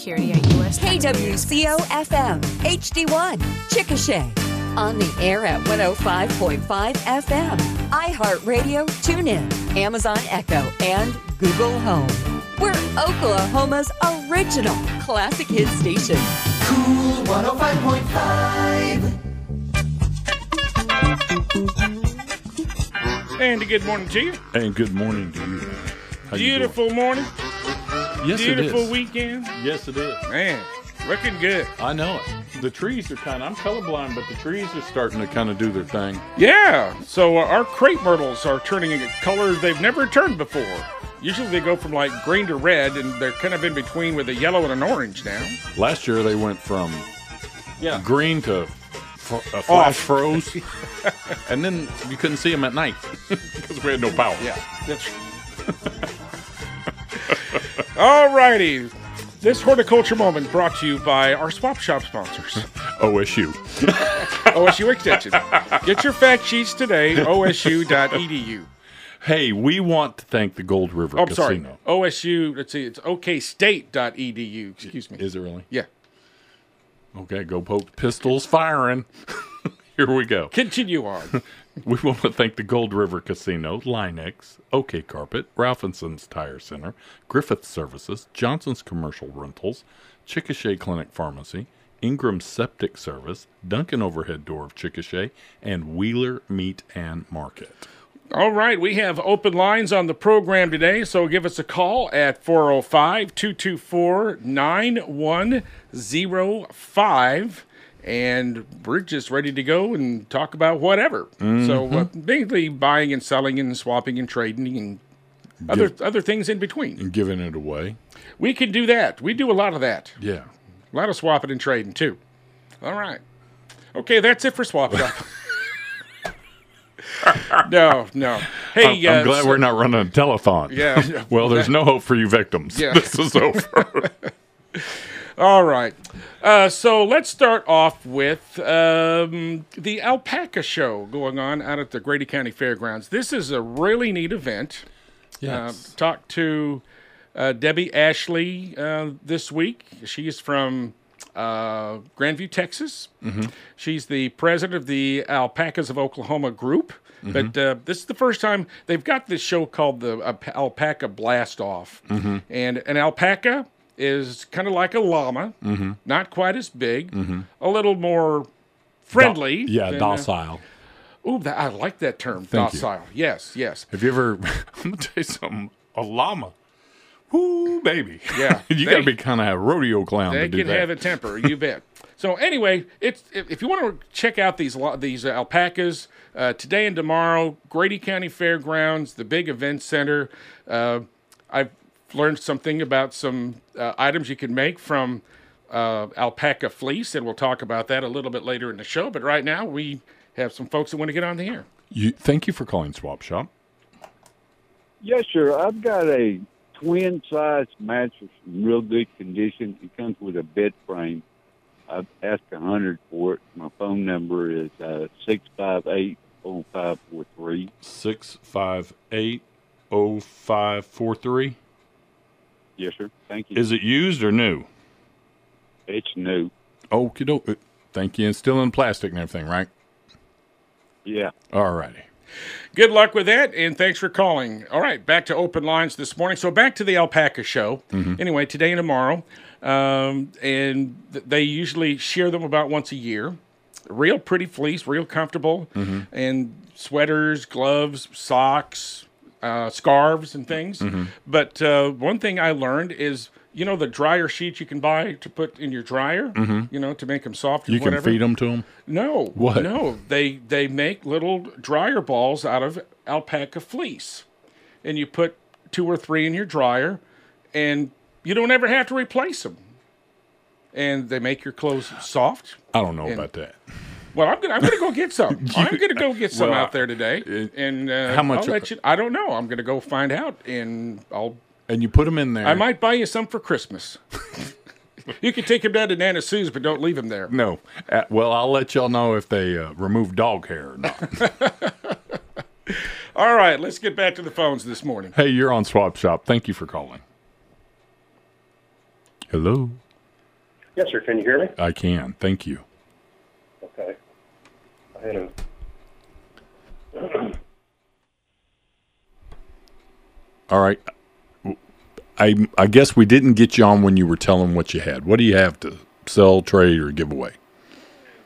security at U.S. KWCO FM, HD1, Chickasha. On the air at 105.5 FM, iHeartRadio, TuneIn, Amazon Echo, and Google Home. We're Oklahoma's original classic hit station. Cool 105.5. And a good morning to you. And good morning to you. How you doing? Beautiful morning. yes, it Beautiful is. weekend. Yes, it is. Man, looking good. I know it. The trees are kind of, I'm colorblind, but the trees are starting to kind of do their thing. Yeah. So uh, our crepe myrtles are turning in colors they've never turned before. Usually they go from like green to red, and they're kind of in between with a yellow and an orange now. Last year they went from Yeah. green to fr- a flash froze, and then you couldn't see them at night because we had no power. Yeah. That's. All righty. This horticulture moment brought to you by our swap shop sponsors. OSU. OSU Extension. Get your fact sheets today, osu.edu. Hey, we want to thank the Gold River E Oh, I'm sorry. Casino. OSU, let's see, it's okstate.edu. E Excuse me. Is it really? Yeah. Okay, go poke pistols firing. Here we go. Continue on. We want to thank the Gold River Casino, Linex, OK Carpet, Ralphinson's Tire Center, Griffith Services, Johnson's Commercial Rentals, Chickasha Clinic Pharmacy, Ingram Septic Service, Duncan Overhead Door of Chickasha, and Wheeler Meat and Market. All right, we have open lines on the program today, so give us a call at 405 224 9105. And we're just ready to go and talk about whatever. Mm-hmm. So, uh, mainly buying and selling and swapping and trading and other, other things in between. Giving it away? We can do that. We do a lot of that. Yeah. A lot of swapping and trading too. All right. Okay, that's it for swap shop. no, no. Hey, Mm-hmm. uh, I'm, I'm glad we're not running a telethon. Yeah, yeah. well, there's no hope for you victims. Yeah. This is over. all right. Uh, so let's start off with um, the alpaca show going on out at the Grady County Fairgrounds. This is a really neat event. Uh, talked to uh, Debbie Ashley uh, this week. She is from uh, Grandview, Texas. Mm-hmm. She's the president of the Alpacas of Oklahoma group. Mm-hmm. But uh, this is the first time they've got this show called the Alp- Alpaca Blast Off. Mm-hmm. And an alpaca is kind of like a llama, not quite as big, a little more friendly. yeah, than, uh, docile. ooh, that, I like that term, Thank you. docile. Yes, yes. Have you ever? I'm gonna tell you something. A llama. Whoo, baby. Yeah, you they- gotta be kind of a rodeo clown They to do can that. have a temper, you bet. So anyway, it's if if you want to check out these lo- these uh, alpacas uh, today and tomorrow, Grady County Fairgrounds, the big event center. Uh, I've learned something about some uh, items you can make from uh, alpaca fleece, and we'll talk about that a little bit later in the show. But right now, we have some folks that want to get on the air. You, thank you for calling Swap Shop. Yes, sir. I've got a twin size mattress in real good condition. It comes with a bed frame. I've asked a hundred for it. My phone number is uh, six five eight oh five four three. Six five eight oh five four three. Yes, sir. Thank you. Is it used or new? it's new. Okie doke. uh, Thank you. And still in plastic and everything, right? Yeah. All righty. Good luck with that, and thanks for calling. All right, back to open lines this morning. So back to the alpaca show. Mm-hmm. Anyway, today and tomorrow, um, and th- they usually share them about once a year. Real pretty fleece, real comfortable, Mm-hmm. Mm-hmm. and sweaters, gloves, socks, uh, scarves, and things. Mm-hmm. But uh, one thing I learned is. You know the dryer sheets you can buy to put in your dryer, you know, to make them soft. or Mm-hmm. You whatever? can feed them to them. No. What? No. They they make little dryer balls out of alpaca fleece, and you put two or three in your dryer, and you don't ever have to replace them. And they make your clothes soft. I don't know And- about that. Well, I'm gonna I'm gonna go get some. I'm gonna go get some Well, out there today. it- and uh, how much I'll are- let you, I don't know. I'm gonna go find out, and I'll And you put them in there. I might buy you some for Christmas. you can take them down to Nana Sue's, but don't leave them there. No. Uh, well, I'll let y'all know if they uh, remove dog hair or not. All right, let's get back to the phones this morning. hey, you're on Swap Shop. Thank you for calling. Hello. Yes, sir. Can you hear me? I can. Thank you. Okay. I had a. All right. I I guess we didn't get you on when you were telling what you had. What do you have to sell, trade, or give away?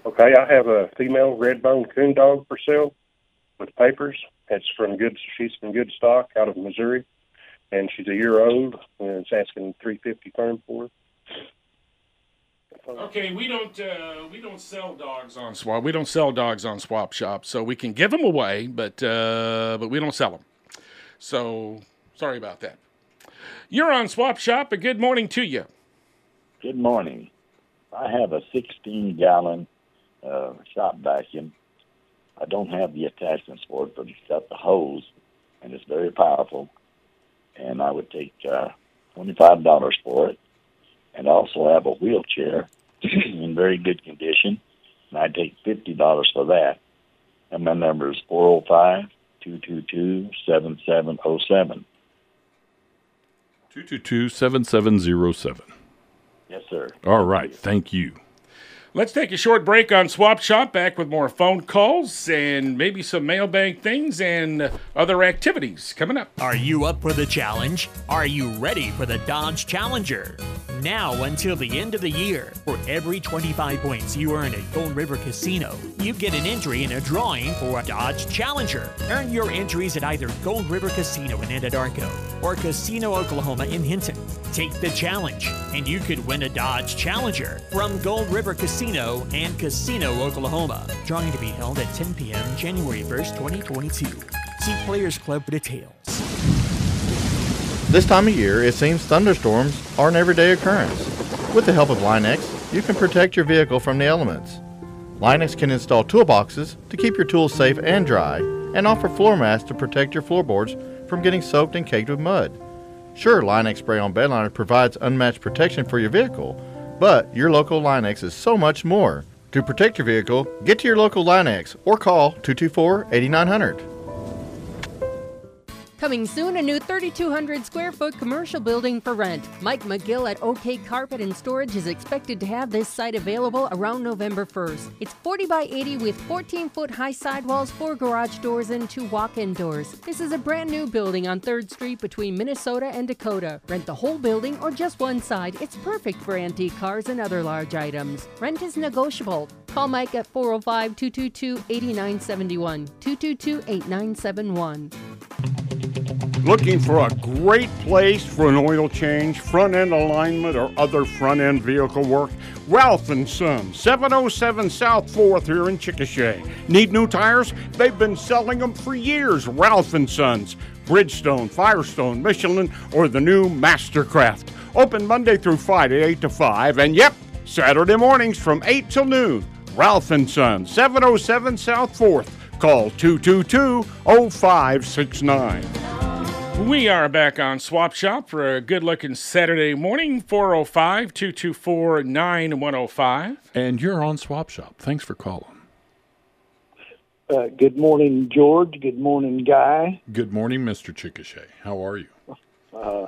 Okay, I have a female red bone coon dog for sale with papers. It's from good. She's from good stock out of Missouri, and she's a year old. And it's asking three fifty firm for. her. Okay, we don't uh, we don't sell dogs on swap. We don't sell dogs on swap shop, so we can give them away, but uh, but we don't sell them. So sorry about that. You're on swap shop, and good morning to you. Good morning. I have a 16 gallon uh, shop vacuum. I don't have the attachments for it, but it's got the hose, and it's very powerful. And I would take uh, $25 for it. And I also have a wheelchair in very good condition, and I take $50 for that. And my number is 405 222 7707. 222 7707. Yes, sir. All right. Thank you. Let's take a short break on Swap Shop. Back with more phone calls and maybe some mailbag things and other activities coming up. Are you up for the challenge? Are you ready for the Dodge Challenger? Now until the end of the year, for every 25 points you earn at Gold River Casino, you get an entry in a drawing for a Dodge Challenger. Earn your entries at either Gold River Casino in Anadarko or Casino Oklahoma in Hinton. Take the challenge, and you could win a Dodge Challenger from Gold River Casino and Casino Oklahoma. Drawing to be held at 10 p.m. January 1st, 2022. See Players Club for details. This time of year, it seems thunderstorms are an everyday occurrence. With the help of Linex, you can protect your vehicle from the elements. Linex can install toolboxes to keep your tools safe and dry, and offer floor mats to protect your floorboards from getting soaked and caked with mud. Sure, Linex spray on bedliner provides unmatched protection for your vehicle, but your local Linex is so much more. To protect your vehicle, get to your local Linex or call 224 8900. Coming soon, a new 3,200 square foot commercial building for rent. Mike McGill at OK Carpet and Storage is expected to have this site available around November 1st. It's 40 by 80 with 14 foot high sidewalls, four garage doors, and two walk in doors. This is a brand new building on 3rd Street between Minnesota and Dakota. Rent the whole building or just one side. It's perfect for antique cars and other large items. Rent is negotiable. Call Mike at 405 222 8971. 222 8971. Looking for a great place for an oil change, front end alignment, or other front end vehicle work? Ralph and Son, 707 South 4th here in Chickasha. Need new tires? They've been selling them for years. Ralph and Sons, Bridgestone, Firestone, Michelin, or the new Mastercraft. Open Monday through Friday, 8 to 5, and yep, Saturday mornings from 8 till noon. Ralph and Son, 707 South 4th. Call 222 0569. We are back on Swap Shop for a good looking Saturday morning, 405 224 9105. And you're on Swap Shop. Thanks for calling. Uh, good morning, George. Good morning, Guy. Good morning, Mr. Chickasha. How are you? Uh,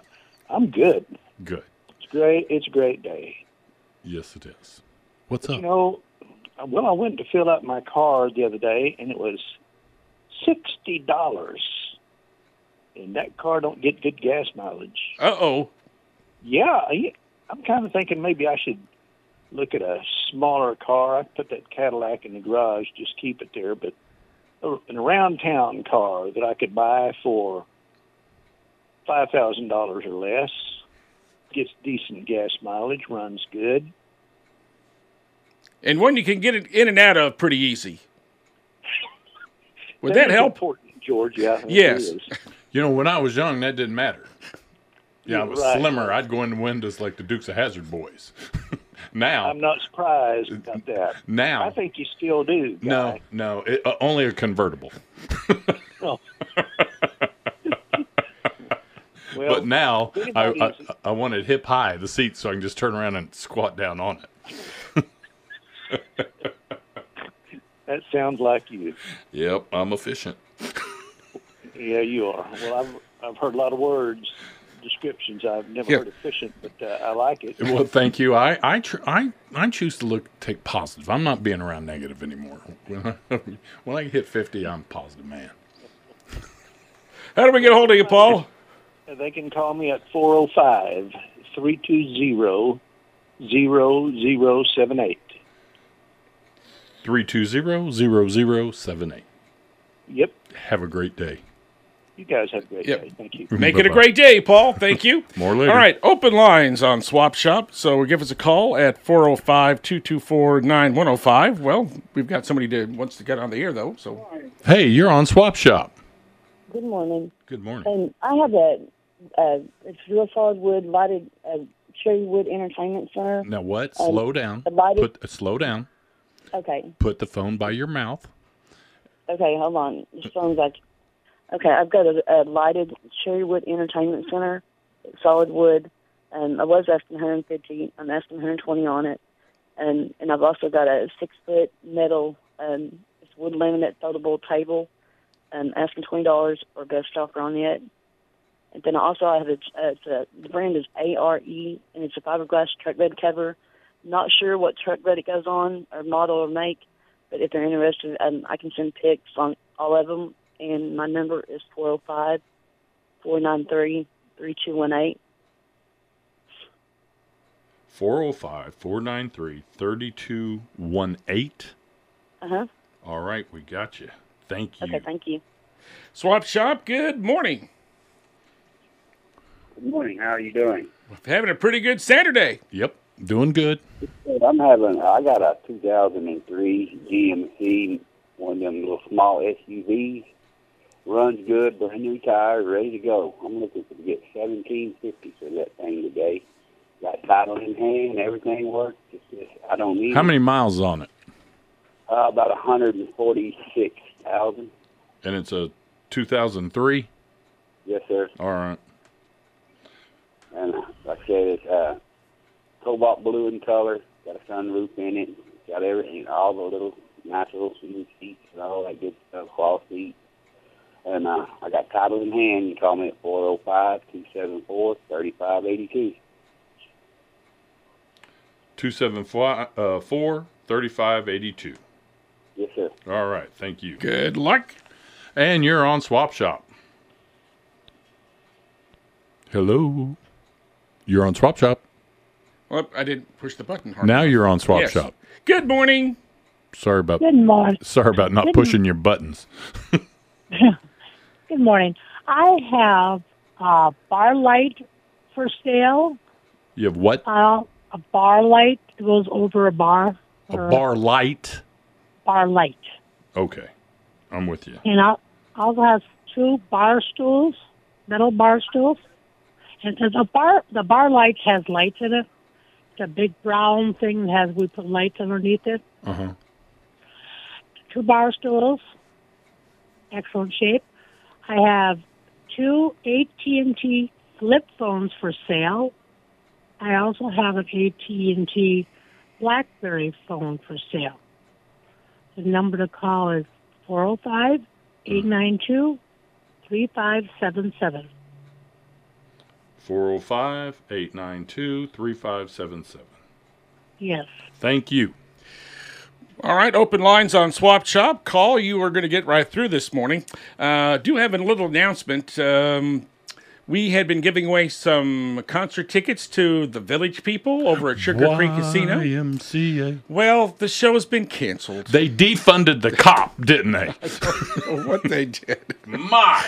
I'm good. Good. It's great. It's a great day. Yes, it is. What's up? You know, well, I went to fill up my car the other day, and it was sixty dollars. And that car don't get good gas mileage. Uh oh. Yeah, I- I'm kind of thinking maybe I should look at a smaller car. I put that Cadillac in the garage, just keep it there, but a- an around town car that I could buy for five thousand dollars or less gets decent gas mileage, runs good. And one you can get it in and out of pretty easy. Would that That's help? Important, George. Yeah. it Yes. is. You know, when I was young, that didn't matter. Yeah, I was Right. slimmer. I'd go into windows like the Dukes of Hazard boys. now, I'm not surprised about that. now, I think you still do. Guy. no, no, it, uh, only a convertible. Well, well, but now, I, anybody I, is- I wanted hip high the seat so I can just turn around and squat down on it. that sounds like you. Yep, I'm efficient. Yeah, you are. Well, I've I've heard a lot of words descriptions. I've never Yeah. heard efficient, but uh, I like it. Well, thank you. I I tr- I I choose to look take positive. I'm not being around negative anymore. When I, when I hit 50, I'm a positive man. How do we get a hold of you, Paul? Uh, They can call me at 405 320 0078. 320-0078. Yep. Have a great day. You guys have a great day. Thank you. Make it a Bye-bye. great day, Paul. Thank you. More later. All right, open lines on Swap Shop. So give us a call at 405 224 9105. Well, we've got somebody to wants to get on the air, though. So Hey, you're on Swap Shop. Good morning. Good morning. And I have a, a it's real solid wood lighted uh, cherry wood entertainment center. Now what? Um, Slow down. the lighted- Put uh, slow down. Okay, Put the phone by your mouth. okay, hold on. This phone's like, okay, I've got a, a lighted cherry wood entertainment center, It's solid wood. Um, I was asking 150. I'm asking 120 on it, and and I've also got a six foot metal um, it's wood laminate foldable table. Um, asking twenty dollars or best offer on it. And then also I have a, uh, it's a the brand is ARE and it's a fiberglass truck bed cover. Not sure what truck bed it goes on or model or make, but if they're interested, um, I can send pics on all of them. And my number is four zero five four nine three three two one eight. 405-493-3218. Uh huh. All right, we got you. Thank you. Okay, thank you. Swap Shop, good morning. Good morning. How are you doing? Having a pretty good Saturday. Yep. Doing good. I'm having. I got a 2003 GMC, one of them little small SUVs. Runs good, brand new tires, ready to go. I'm looking to get 1750 for that thing today. Got title in hand, everything works. It's just I don't need. How many It. miles on it? Uh, about 146,000. And it's a 2003. Yes, sir. All right. And uh, like I said, it's uh, cobalt blue in color. Got a sunroof in it. Got everything, all the little nice little sweet seats and all that good stuff, cloth seats. And uh, I got title in hand. You call me at four zero five two seven four thirty five eighty two. 274 3582. Yes, sir. All right. Thank you. Good luck. And you're on Swap Shop. Hello. You're on Swap Shop. Well, I didn't push the button hard. Now you're on Swap Yes. Shop. Good morning. Sorry about Good morning. Sorry about not Good- pushing your buttons. Good morning. I have a bar light for sale. You have what? Uh, a bar light that goes over a bar. A or bar light. bar light. Okay. I'm with you. And I also have two bar stools, metal bar stools. And the- the bar the bar light has lights in it. The big brown thing has we put lights underneath it. Uh huh. two bar stools, excellent shape. I have two AT&T flip phones for sale. I also have an AT&T BlackBerry phone for sale. The number to call is 405-892-3577. 405 892 3577. Yes. Thank you. All right, open lines on Swap Shop. Call. You are going to get right through this morning. Uh, do have a little announcement. Um, we had been giving away some concert tickets to the Village People over at Sugar Creek Casino. YMCA. Well, the show has been canceled. They defunded the cop, didn't they? what they did. My.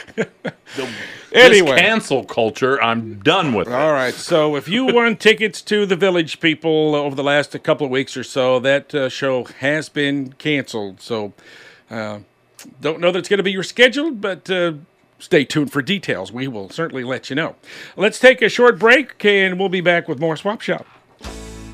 Anyway. This cancel culture, I'm done with it. All right. So if you won tickets to the Village People over the last couple of weeks or so, that uh, show has been canceled. So uh, don't know that it's going to be rescheduled, but uh, stay tuned for details. We will certainly let you know. Let's take a short break, and we'll be back with more Swap Shop.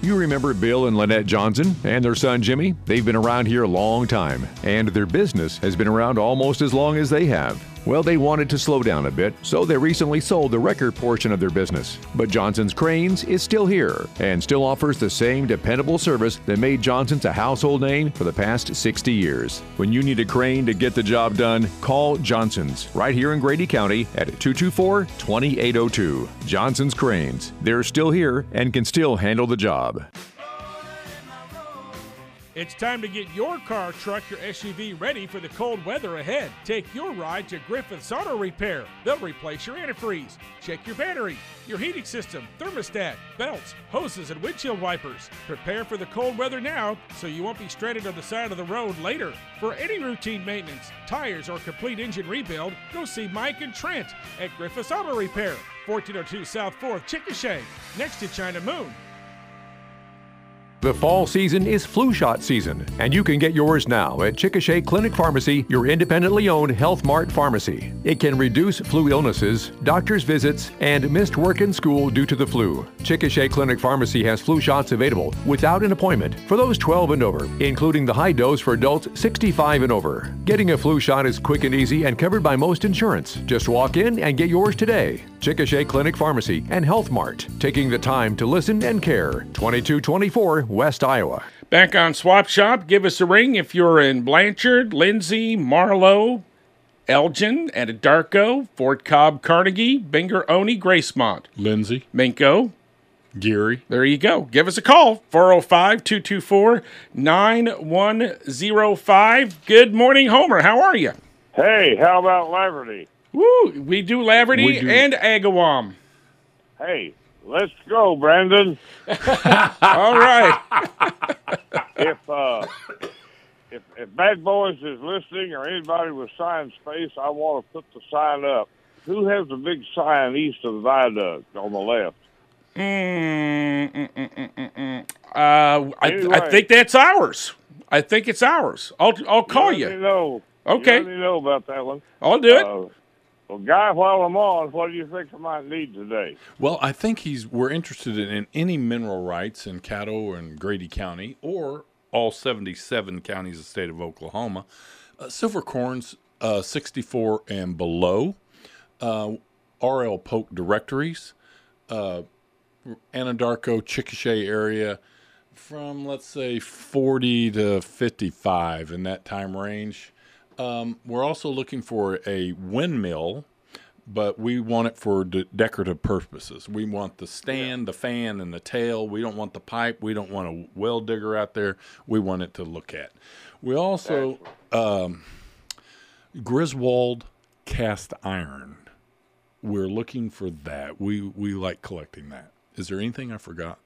You remember Bill and Lynette Johnson and their son Jimmy? They've been around here a long time, and their business has been around almost as long as they have. Well, they wanted to slow down a bit, so they recently sold the wrecker portion of their business. But Johnson's Cranes is still here and still offers the same dependable service that made Johnson's a household name for the past 60 years. When you need a crane to get the job done, call Johnson's right here in Grady County at 224 2802. Johnson's Cranes. They're still here and can still handle the job. It's time to get your car, truck, or SUV ready for the cold weather ahead. Take your ride to Griffith's Auto Repair. They'll replace your antifreeze, check your battery, your heating system, thermostat, belts, hoses, and windshield wipers. Prepare for the cold weather now so you won't be stranded on the side of the road later. For any routine maintenance, tires, or complete engine rebuild, go see Mike and Trent at Griffith's Auto Repair, 1402 South 4th, Chickasha, next to China Moon. The fall season is flu shot season, and you can get yours now at Chickasha Clinic Pharmacy, your independently owned Health Mart pharmacy. It can reduce flu illnesses, doctor's visits, and missed work and school due to the flu. Chickasha Clinic Pharmacy has flu shots available without an appointment for those 12 and over, including the high dose for adults 65 and over. Getting a flu shot is quick and easy and covered by most insurance. Just walk in and get yours today. Chickasha Clinic Pharmacy and Health Mart, taking the time to listen and care. 2224 West Iowa. Back on Swap Shop, give us a ring if you're in Blanchard, Lindsay, Marlowe, Elgin, Anadarko, Fort Cobb, Carnegie, Binger, Oni, Gracemont. Lindsay. Minko. Geary. There you go. Give us a call, 405 224 9105. Good morning, Homer. How are you? Hey, how about Laverty? Woo! We do Laverty We do. and Agawam. Hey, let's go, Brandon. All right. if uh, if if Bad Boys is listening or anybody with sign space, I want to put the sign up. Who has the big sign east of the viaduct on the left? Mm, mm, mm, mm, mm, mm. Uh, I, I Anyway. think that's ours. I think it's ours. I'll, I'll call Let me you. know. Okay. Let me know about that one. Uh, I'll do it. Well, Guy, while I'm on, what do you think I might need today? Well, I think he's we're interested in, in any mineral rights in Caddo and Grady County or all 77 counties of the state of Oklahoma. Uh, silver corns uh, 64 and below. Uh, RL Polk directories. Uh, Anadarko, Chickasha area from let's say 40 to 55 in that time range. Um, we're also looking for a windmill, but we want it for de- decorative purposes. We want the stand, the fan, and the tail. We don't want the pipe. We don't want a well digger out there. We want it to look at. We also um, Griswold cast iron. We're looking for that. We we like collecting that. Is there anything I forgot?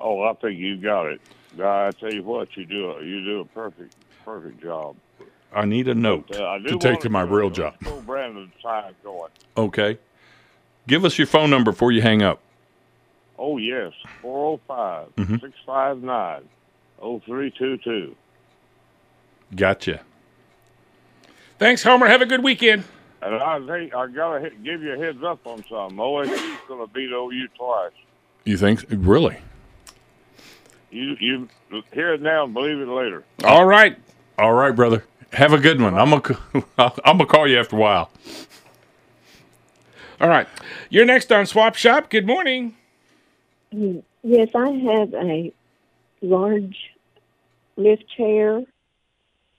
Oh, I think you got it. Guy, I tell you what, you do a, you do a perfect perfect job. I need a note Uh, I do to take wanna to my go- real let's job. Go Brandon's sign going. Okay. Give us your phone number before you hang up. Oh yes, 405 Mhm. 659 0322. Gotcha. Thanks, Homer. Have a good weekend. And I think I gotta he- give you a heads up on something. OSU's gonna beat OU twice. You think really? You you hear it now and believe it later. All right. All right, brother. Have a good one. I'm gonna I'm gonna call you after a while. All right. You're next on Swap Shop. Good morning. Mm, Yes, I have a large lift chair,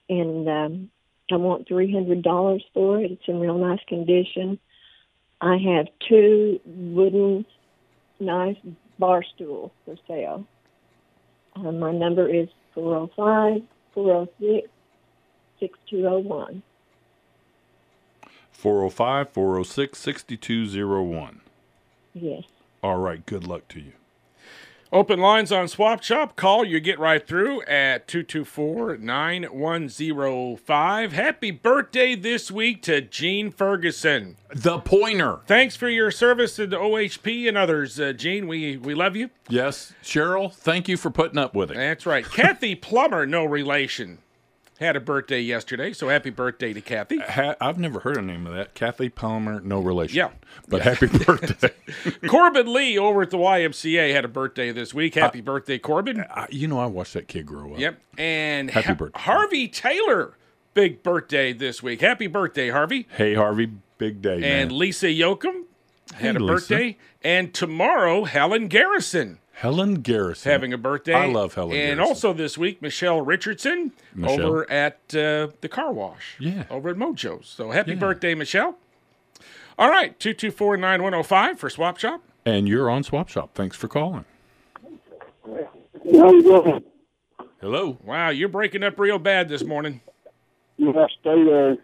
and um, I want three hundred dollars for it. It's in real nice condition. I have two wooden, nice bar stools for sale. Uh, my number is 405 406 6201. 405 406 6201. Yes. All right. Good luck to you. Open lines on Swap Shop. Call you get right through at 224 9105. Happy birthday this week to Gene Ferguson. The pointer. Thanks for your service to the OHP and others, uh, Gene. We, we love you. Yes. Cheryl, thank you for putting up with it. That's right. Kathy Plummer, no relation, had a birthday yesterday. So happy birthday to Kathy. Ha- I've never heard the name of that. Kathy Palmer, no relation. Yeah. But happy birthday. Corbin Lee over at the YMCA had a birthday this week. Happy birthday, Corbin. I, you know, I watched that kid grow up. Yep. And Happy Ha- birthday. Harvey Taylor, big birthday this week. Happy birthday, Harvey. Hey, Harvey, big day, and man. Lisa Yoakum had Hey, a Lisa. birthday. And tomorrow, Helen Garrison Helen Garrison. having a birthday. I love Helen And Garrison. also this week, Michelle Richardson Michelle. over at uh, the car wash. Yeah. Over at Mojo's. So happy birthday, Michelle. All right, 224 9105 for Swap Shop. And you're on Swap Shop. Thanks for calling. Hello. Wow, you're breaking up real bad this morning. If I stay there,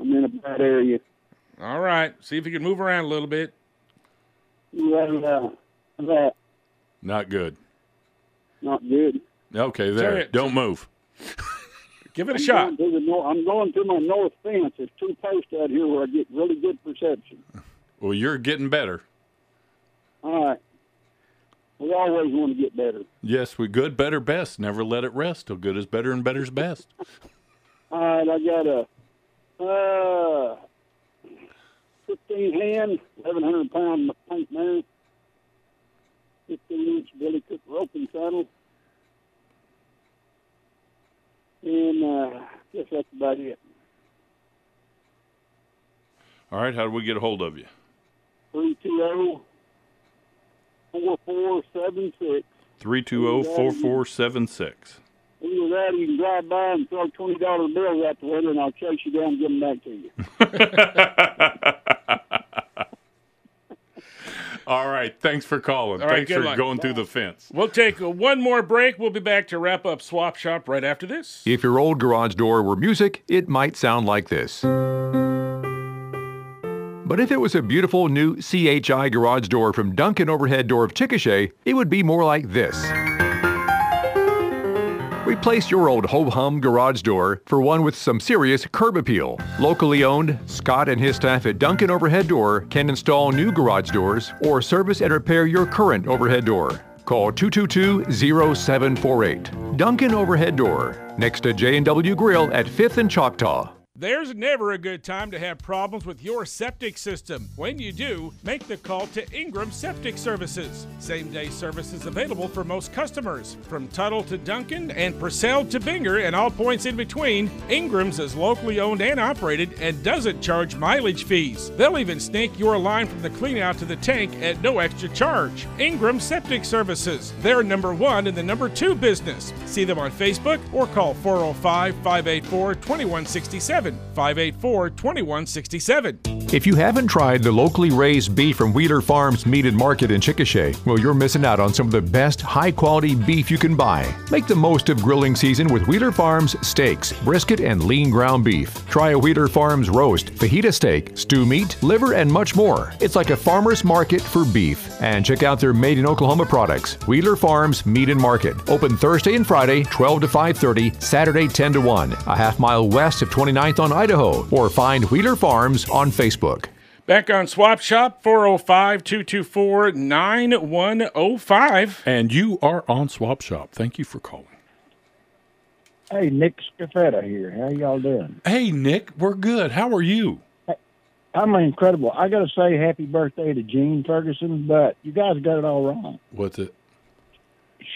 I'm in a bad area. All right, see if you can move around a little bit. Right, uh, that Not good. not good. Okay, Tell there. you- Don't move. Give I'm Going to the nor- I'm going to my north fence. There's two posts out here where I get really good perception. Well, you're getting better. All right. We always want to get better. Yes, we good, better, best. Never let it rest till good is better and better's best. All right, I got a uh, 15 hand, 1,100 pound paint mare, 15 inch Billy Cook roping saddle. And uh, I guess that's about it. All right, how do we get a hold of you? 320 4476. oh, 320-4476. Either that or you can drive by and throw $20 bills out the window and I'll chase you down and give them back to you. All right, thanks for calling. All right, thanks good for luck. going through the fence. We'll take uh, one more break. We'll be back to wrap up Swap Shop right after this. If your old garage door were music, it might sound like this. But if it was a beautiful new CHI garage door from Duncan Overhead Door of Chickasha, it would be more like this. Replace your old ho hum garage door for one with some serious curb appeal. Locally owned, Scott and his staff at Duncan Overhead Door can install new garage doors or service and repair your current overhead door. Call 222-0748. Duncan Overhead Door, next to J&W Grill at 5th and Choctaw. There's never a good time to have problems with your septic system. When you do, make the call to Ingram Septic Services. Same day service is available for most customers. From Tuttle to Duncan and Purcell to Binger and all points in between, Ingram's is locally owned and operated and doesn't charge mileage fees. They'll even snake your line from the cleanout to the tank at no extra charge. Ingram Septic Services. They're number one in the number two business. See them on Facebook or call 405 584 2167. 584 2167. If you haven't tried the locally raised beef from Wheeler Farms Meat and Market in Chickasha, well, you're missing out on some of the best high quality beef you can buy. Make the most of grilling season with Wheeler Farms steaks, brisket, and lean ground beef. Try a Wheeler Farms roast, fajita steak, stew meat, liver, and much more. It's like a farmer's market for beef. And check out their made in Oklahoma products. Wheeler Farms Meat and Market. Open Thursday and Friday, 12 to 5.30, Saturday, 10 to 1, a half mile west of 29th on Idaho. Or find Wheeler Farms on Facebook. Back on Swap Shop 405 224 9105. And you are on Swap Shop. Thank you for calling. Hey, Nick Scafetta here. How y'all doing? Hey, Nick, we're good. How are you? I'm incredible. I got to say happy birthday to Gene Ferguson, but you guys got it all wrong. What's it?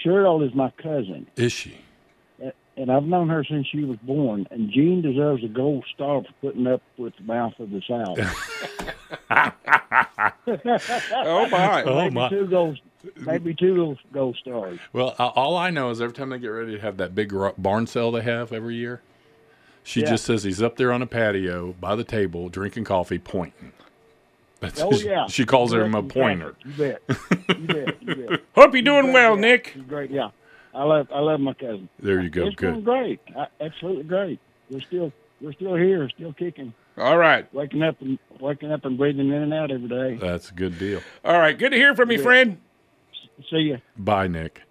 Cheryl is my cousin, Is she? a- and I've known her since she was born, and Gene deserves a gold star for putting up with the mouth of the South. oh, my. Oh, maybe my. Two gold, maybe two gold, gold stars. Well, a- all I know is every time they get ready to have that big ro- barn sale they have every year, she Yeah. just says he's up there on a patio by the table drinking coffee, pointing. That's Oh, yeah. She calls him a Exactly. pointer. You bet. You bet. You bet. Hope you're doing bet, well, yeah. Nick. He's great. Yeah. I love I love my cousin. There you go. it's going Good. great. I, absolutely great. We're still we're still here, still kicking. All right. Waking up and waking up and breathing in and out every day. That's a good deal. All right. Good to hear from you, friend. See you. Bye, Nick.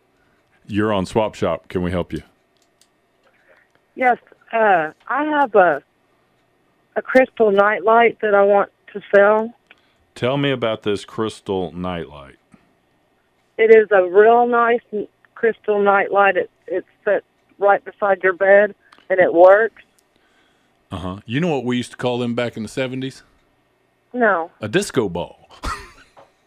You're on Swap Shop. Can we help you? Yes, uh, I have a a crystal nightlight that I want to sell. Tell me about this crystal nightlight. It is a real nice n- crystal nightlight. It it's set right beside your bed, and it works. Uh huh. You know what we used to call them back in the 70s? No, A disco ball.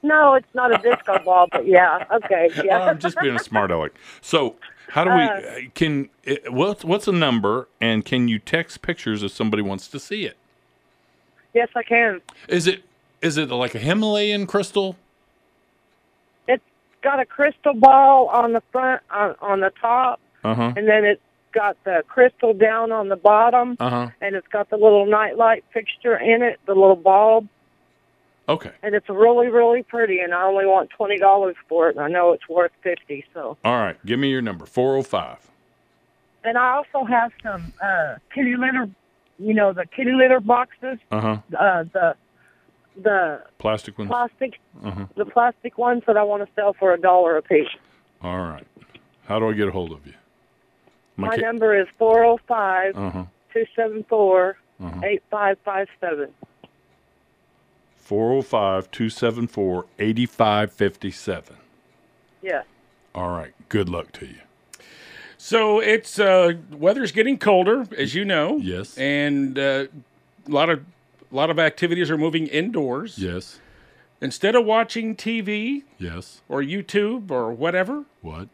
No, it's not a disco ball, but yeah, okay, yeah. Oh, I'm just being a smart aleck. So, how do we Uh. can it- what's what's a number and can you text pictures if somebody wants to see it? yes, I can. Is it is it like a Himalayan crystal? It's got a crystal ball on the front, on, on the top, Uh-huh. and then it's got the crystal down on the bottom, Uh-huh. and it's got the little nightlight fixture in it, the little bulb, Okay. and it's really, really pretty. And I only want twenty dollars for it, and I know it's worth fifty. So, All right, give me your number. 405. and I also have some uh, kitty litter, you know, the kitty litter boxes, Uh-huh. uh, the the Plastic ones. plastic, Uh-huh. the plastic ones that I want to sell for a dollar a piece. All right. How do I get a hold of you? My, ca- number is four zero five Uh-huh. two seven four Uh-huh. eight five five seven. 405-274-8557. Yes. All right. Good luck to you. So it's uh, weather's getting colder, as you know. Yes. and uh, a lot of a lot of activities are moving indoors. Yes. Instead of watching TV Yes. or YouTube or whatever, What?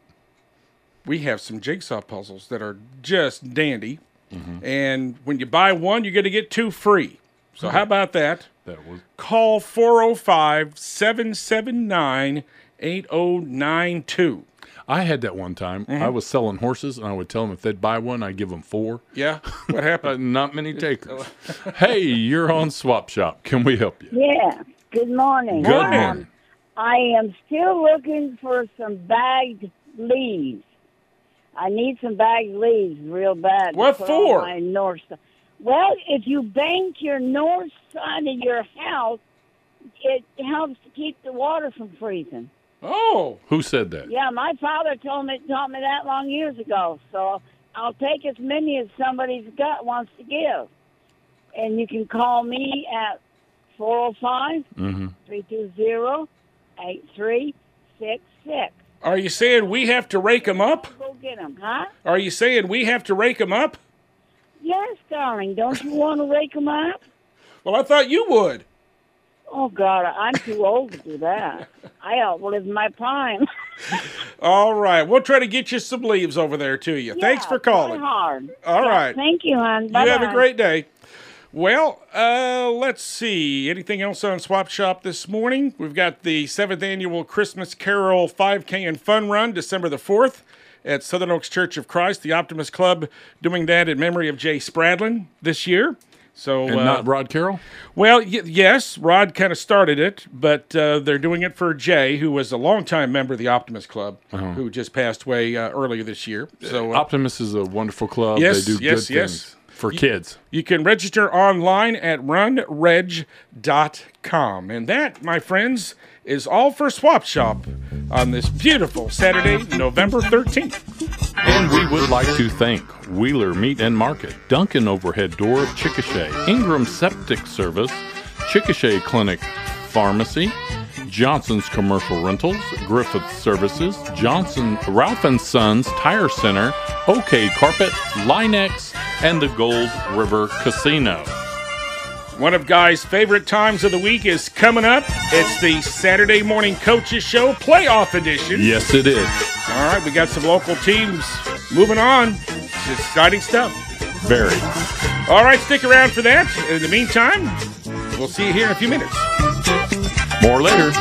we have some jigsaw puzzles that are just dandy. Mm-hmm. And when you buy one, you're going to get two free. So how about that? That was Call 405 779 8092. I had that one time. I was selling horses, and I would tell them if they'd buy one, I'd give them four. Yeah. What happened? Uh, Not many takers. hey, you're on Swap Shop. Can we help you? Yeah. Good morning. Um, Good morning. I am still looking for some bagged leaves. I need some bagged leaves real bad. What to put for? on My north side. Well, if you bank your north side of your house, it helps to keep the water from freezing. Oh. Who said that? Yeah, my father told me taught me that long years ago. So I'll take as many as somebody's got wants to give. And you can call me at four zero five Mm-hmm. three two zero eight three six six. Are you saying we have to rake them up? Go get 'em, huh? Are you saying we have to rake them up? Yes, darling. Don't you want to wake 'em up? Well, I thought you would. Oh God, I'm too old to do that. I outlived my prime. All right. We'll try to get you some leaves over there to you. Thanks for calling. Try hard. All Yeah, right. Thank you, hon. You have a Bye-bye. great day. Well, uh, let's see. Anything else on Swap Shop this morning? We've got the seventh annual Christmas Carol 5K and Fun Run, December the 4th at Southern Oaks Church of Christ. The Optimist Club doing that in memory of Jay Spradlin this year. So And uh, not Rod Carroll? well, y- yes, Rod kind of started it, but uh, they're doing it for Jay, who was a longtime member of the Optimist Club, Uh-huh. who just passed away uh, earlier this year. So uh, Optimus is a wonderful club. they Yes, do yes, good yes. things for kids. You can register online at runreg.com. And that, my friends, is all for Swap Shop on this beautiful Saturday, November 13th. And we would like to thank Wheeler Meat and Market, Duncan Overhead Door of Chickasha, Ingram Septic Service, Chickasha Clinic Pharmacy, Johnson's Commercial Rentals, Griffith Services, Johnson Ralph and Sons Tire Center, OK Carpet, Linex, and the Gold River Casino. One of Guy's favorite times of the week is coming up. It's the Saturday Morning Coaches Show Playoff Edition. Yes, it is. All right, we got some local teams moving on. It's exciting stuff. Very. All right, stick around for that. In the meantime, we'll see you here in a few minutes. More later.